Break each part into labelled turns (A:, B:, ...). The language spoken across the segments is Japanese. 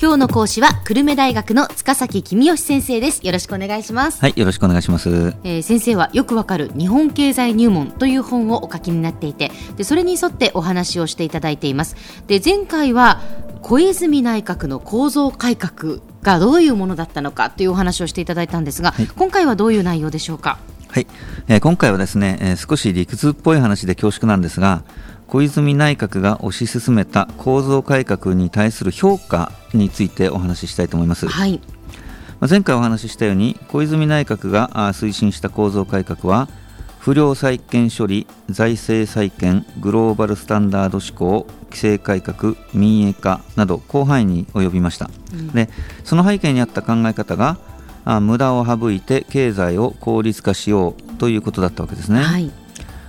A: 今日の講師は久留米大学の塚崎君吉先生ですよろしくお願いします
B: はい、よろしくお願いします。
A: えー先生はよくわかる日本経済入門という本をお書きになっていてでそれに沿ってお話をしていただいていますで前回は小泉内閣の構造改革がどういうものだったのかというお話をしていただいたんですが、今回はどういう内容でしょうか
B: はい、えー今回はですね、えー少し理屈っぽい話で恐縮なんですが、小泉内閣が推し進めた構造改革に対する評価についてお話ししたいと思います。
A: はい
B: まあ前回お話ししたように、小泉内閣があー推進した構造改革は、不良債権処理、財政再建、グローバルスタンダード志向、規制改革、民営化など広範囲に及びました。でその背景にあった考え方があ無駄を省いて経済を効率化しようということだったわけですね、
A: はい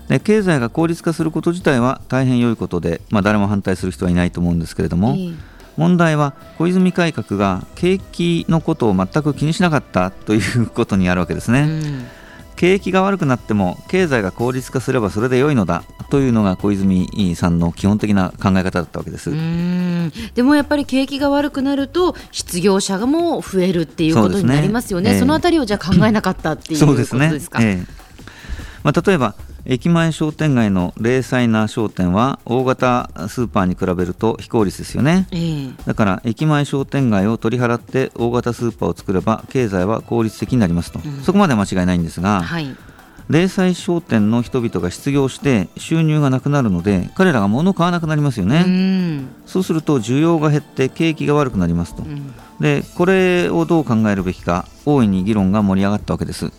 B: で経済が効率化すること自体は大変良いことで、まあ、誰も反対する人はいないと思うんですけれども、
A: ええ
B: 問題は小泉改革が景気のことを全く気にしなかったということにあるわけですね、
A: うん
B: 景気が悪くなっても経済が効率化すればそれで良いのだというのが小泉さんの基本的な考え方だったわけです、
A: うーんでもやっぱり景気が悪くなると失業者がもう増えるっていうことになりますよね。そ
B: そうですねええ
A: のあたりをじゃあ考えなかったっていう
B: そ
A: こと
B: う
A: で
B: で
A: す
B: すね。
A: か。
B: ええまあ、例えば駅前商店街の零細な商店は大型スーパーに比べると非効率ですよね。
A: ええ
B: だから駅前商店街を取り払って大型スーパーを作れば経済は効率的になりますと、
A: うん
B: そこまでは間違いないんですが、
A: はい、
B: 零細商店の人々が失業して収入がなくなるので彼らが物を買わなくなりますよ
A: う
B: ね、
A: ん
B: そうすると需要が減って景気が悪くなりますと、
A: うん
B: でこれをどう考えるべきか大いに議論が盛り上がったわけです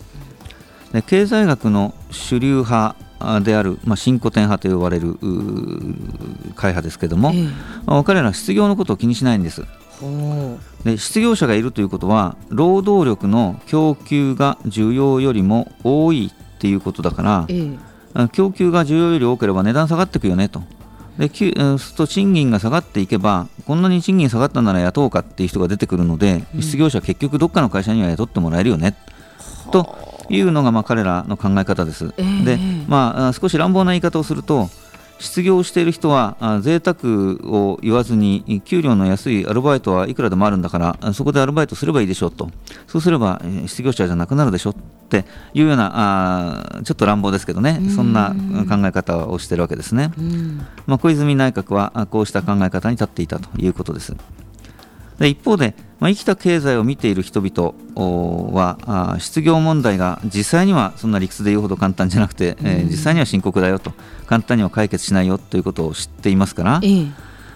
B: で経済学の主流派あである、まあ、新古典派と呼ばれるうー会派ですけども、
A: ええ
B: まあ彼らは失業のことを気にしないんです
A: ほ
B: で失業者がいるということは労働力の供給が需要よりも多いっていうことだから
A: うええ
B: あ供給が需要より多ければ値段下がっていくよねと。できゅうんすると賃金が下がっていけばこんなに賃金下がったなら雇おうかっていう人が出てくるので、失業者は結局どっかの会社には雇ってもらえるよねというのがまあ彼らの考え方です。
A: ええ
B: で、まあ、あ少し乱暴な言い方をすると失業している人はあ贅沢を言わずに給料の安いアルバイトはいくらでもあるんだからあそこでアルバイトすればいいでしょうとそうすればえー失業者じゃなくなるでしょっていうようなあーちょっと乱暴ですけどねそんな考え方をしているわけですね、
A: うん
B: まあ、小泉内閣はあこうした考え方に立っていたということですで一方で、まあ、生きた経済を見ている人々おーはあー失業問題が実際にはそんな理屈で言うほど簡単じゃなくて、えー実際には深刻だよと簡単には解決しないよということを知っていますから、
A: ええ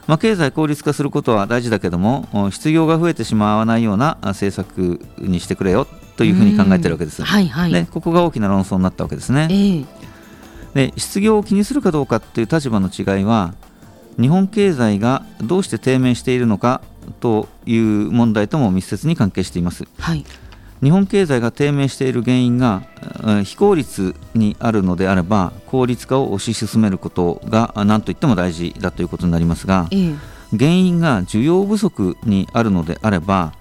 B: まあ、経済効率化することは大事だけどもお失業が増えてしまわないようなあ政策にしてくれよというふうに考えているわけです。
A: うんはいはい
B: でここが大きな論争になったわけですね。
A: ええ
B: で失業を気にするかどうかっていう立場の違いは日本経済がどうして低迷しているのかという問題とも密接に関係しています
A: はい
B: 日本経済が低迷している原因がうん非効率にあるのであれば効率化を推し進めることがあ何と言っても大事だということになりますが
A: ええ
B: 原因が需要不足にあるのであれば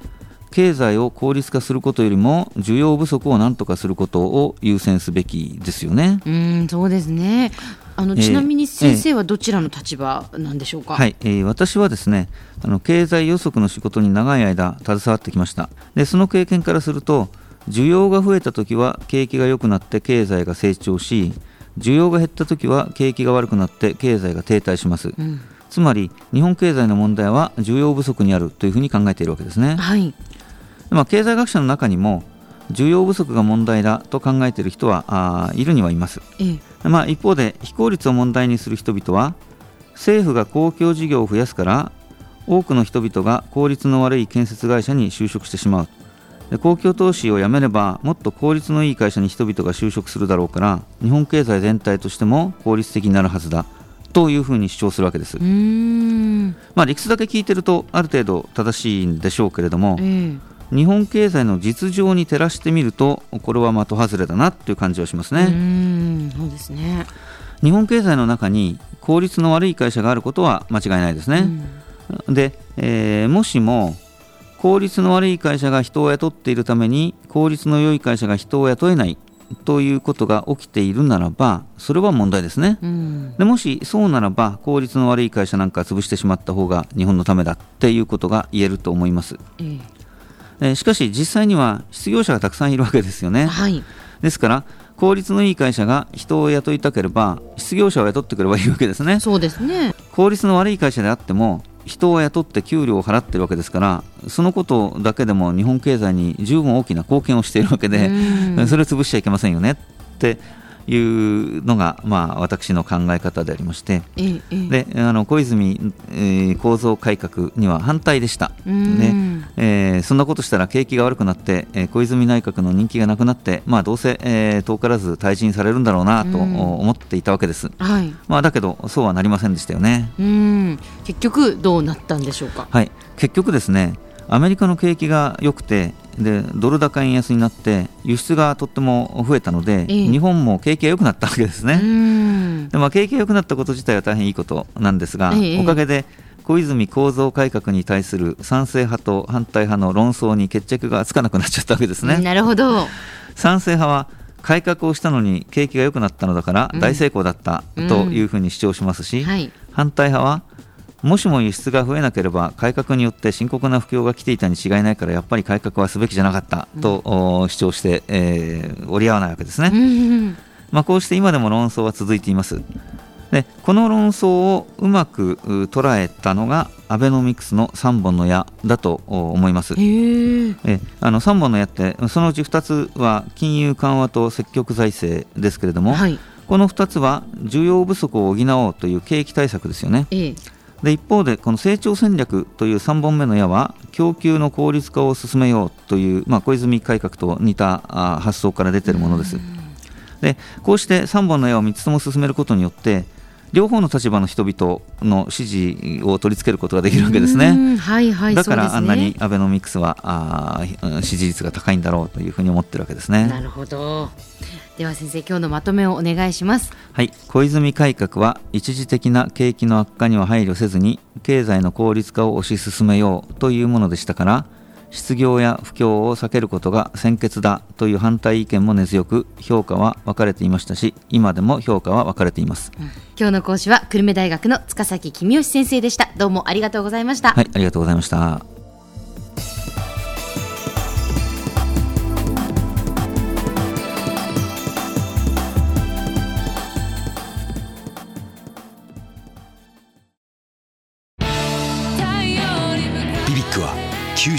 B: 経済を効率化することよりも需要不足を何とかすることを優先すべきですよね。
A: うんそうですねあの
B: ええ
A: ちなみに先生はどちらの立場なんでしょうか、
B: はい、えー私はですねあの経済予測の仕事に長い間携わってきましたでその経験からすると需要が増えた時は景気が良くなって経済が成長し需要が減った時は景気が悪くなって経済が停滞します、
A: うん
B: つまり日本経済の問題は需要不足にあるというふうに考えているわけですね、
A: はい
B: まあ、経済学者の中にも需要不足が問題だと考えている人はあーいるにはいます
A: ええ
B: まあ、一方で非効率を問題にする人々は政府が公共事業を増やすから多くの人々が効率の悪い建設会社に就職してしまうで公共投資をやめればもっと効率のいい会社に人々が就職するだろうから日本経済全体としても効率的になるはずだというふうに主張するわけです
A: う、ーん
B: まあ、理屈だけ聞いてるとある程度正しいんでしょうけれども
A: ええ
B: 日本経済の実情に照らしてみるとこれは的外れだなという感じはしますね。
A: うんそうですね
B: 日本経済の中に効率の悪い会社があることは間違いないですね。で、えーもしも効率の悪い会社が人を雇っているために効率の良い会社が人を雇えないということが起きているならばそれは問題ですね、
A: うん
B: でもしそうならば効率の悪い会社なんか潰してしまった方が日本のためだっていうことが言えると思います、
A: え
B: えーしかし実際には失業者がたくさんいるわけですよ
A: え
B: ね
A: はい
B: ですから効率のいい会社が人を雇いたければ失業者を雇ってくればいいわけですね
A: そうですね
B: 効率の悪い会社であっても人を雇って給料を払ってるわけですからそのことだけでも日本経済に十分大きな貢献をしているわけで、
A: うん
B: それを潰しちゃいけませんよねっていうのが、まあ、私の考え方でありまして
A: ええええ
B: であの小泉、えー構造改革には反対でした。
A: うん
B: ねえーそんなことしたら景気が悪くなって、えー小泉内閣の人気がなくなって、まあ、どうせ、えー遠からず退陣されるんだろうなと
A: うん
B: 思っていたわけです、
A: はい
B: まあ、だけどそうはなりませんでしたよね。
A: うん結局どうなったんでしょうか
B: はい、結局ですねアメリカの景気が良くてでドル高円安になって輸出がとっても増えたので、
A: ええ
B: 日本も景気が良くなったわけです
A: う
B: ね、
A: ん
B: でまあ、景気が良くなったこと自体は大変いいことなんですが、
A: ええ
B: おかげで小泉構造改革に対する賛成派と反対派の論争に決着がつかなくなっちゃったわけですね、
A: なるほど
B: 賛成派は改革をしたのに景気が良くなったのだから
A: うん
B: 大成功だったというふうに主張しますし、
A: はい
B: 反対派はもしも輸出が増えなければ改革によって深刻な不況が来ていたに違いないからやっぱり改革はすべきじゃなかったと、お主張して、えー折り合わないわけですね、
A: うん
B: まあ、こうして今でも論争は続いていますでこの論争をうまくう捉えたのがアベノミクスの3本の矢だとお思います
A: へえ
B: えあの3本の矢ってそのうち2つは金融緩和と積極財政ですけれども、
A: はい
B: この2つは需要不足を補おうという景気対策ですよね
A: ええ
B: で一方でこの成長戦略という3本目の矢は供給の効率化を進めようという、まあ、小泉改革と似たあ発想から出ているものですでこうして3本の矢を3つとも進めることによって両方の立場の人々の支持を取り付けることができるわけです
A: う
B: ね
A: んはいはい
B: だから
A: そ
B: あ
A: うですね
B: んなにアベノミクスはあー支持率が高いんだろうというふうに思ってるわけですね
A: なるほどでは先生今日のまとめをお願いします
B: はい、小泉改革は一時的な景気の悪化には配慮せずに経済の効率化を推し進めようというものでしたから失業や不況を避けることが先決だという反対意見も根強く評価は分かれていましたし今でも評価は分かれています、
A: 今日の講師は久留米大学の塚崎君吉先生でしたどうもありがとうございました、
B: はい、ありがとうございました
C: ビビックは九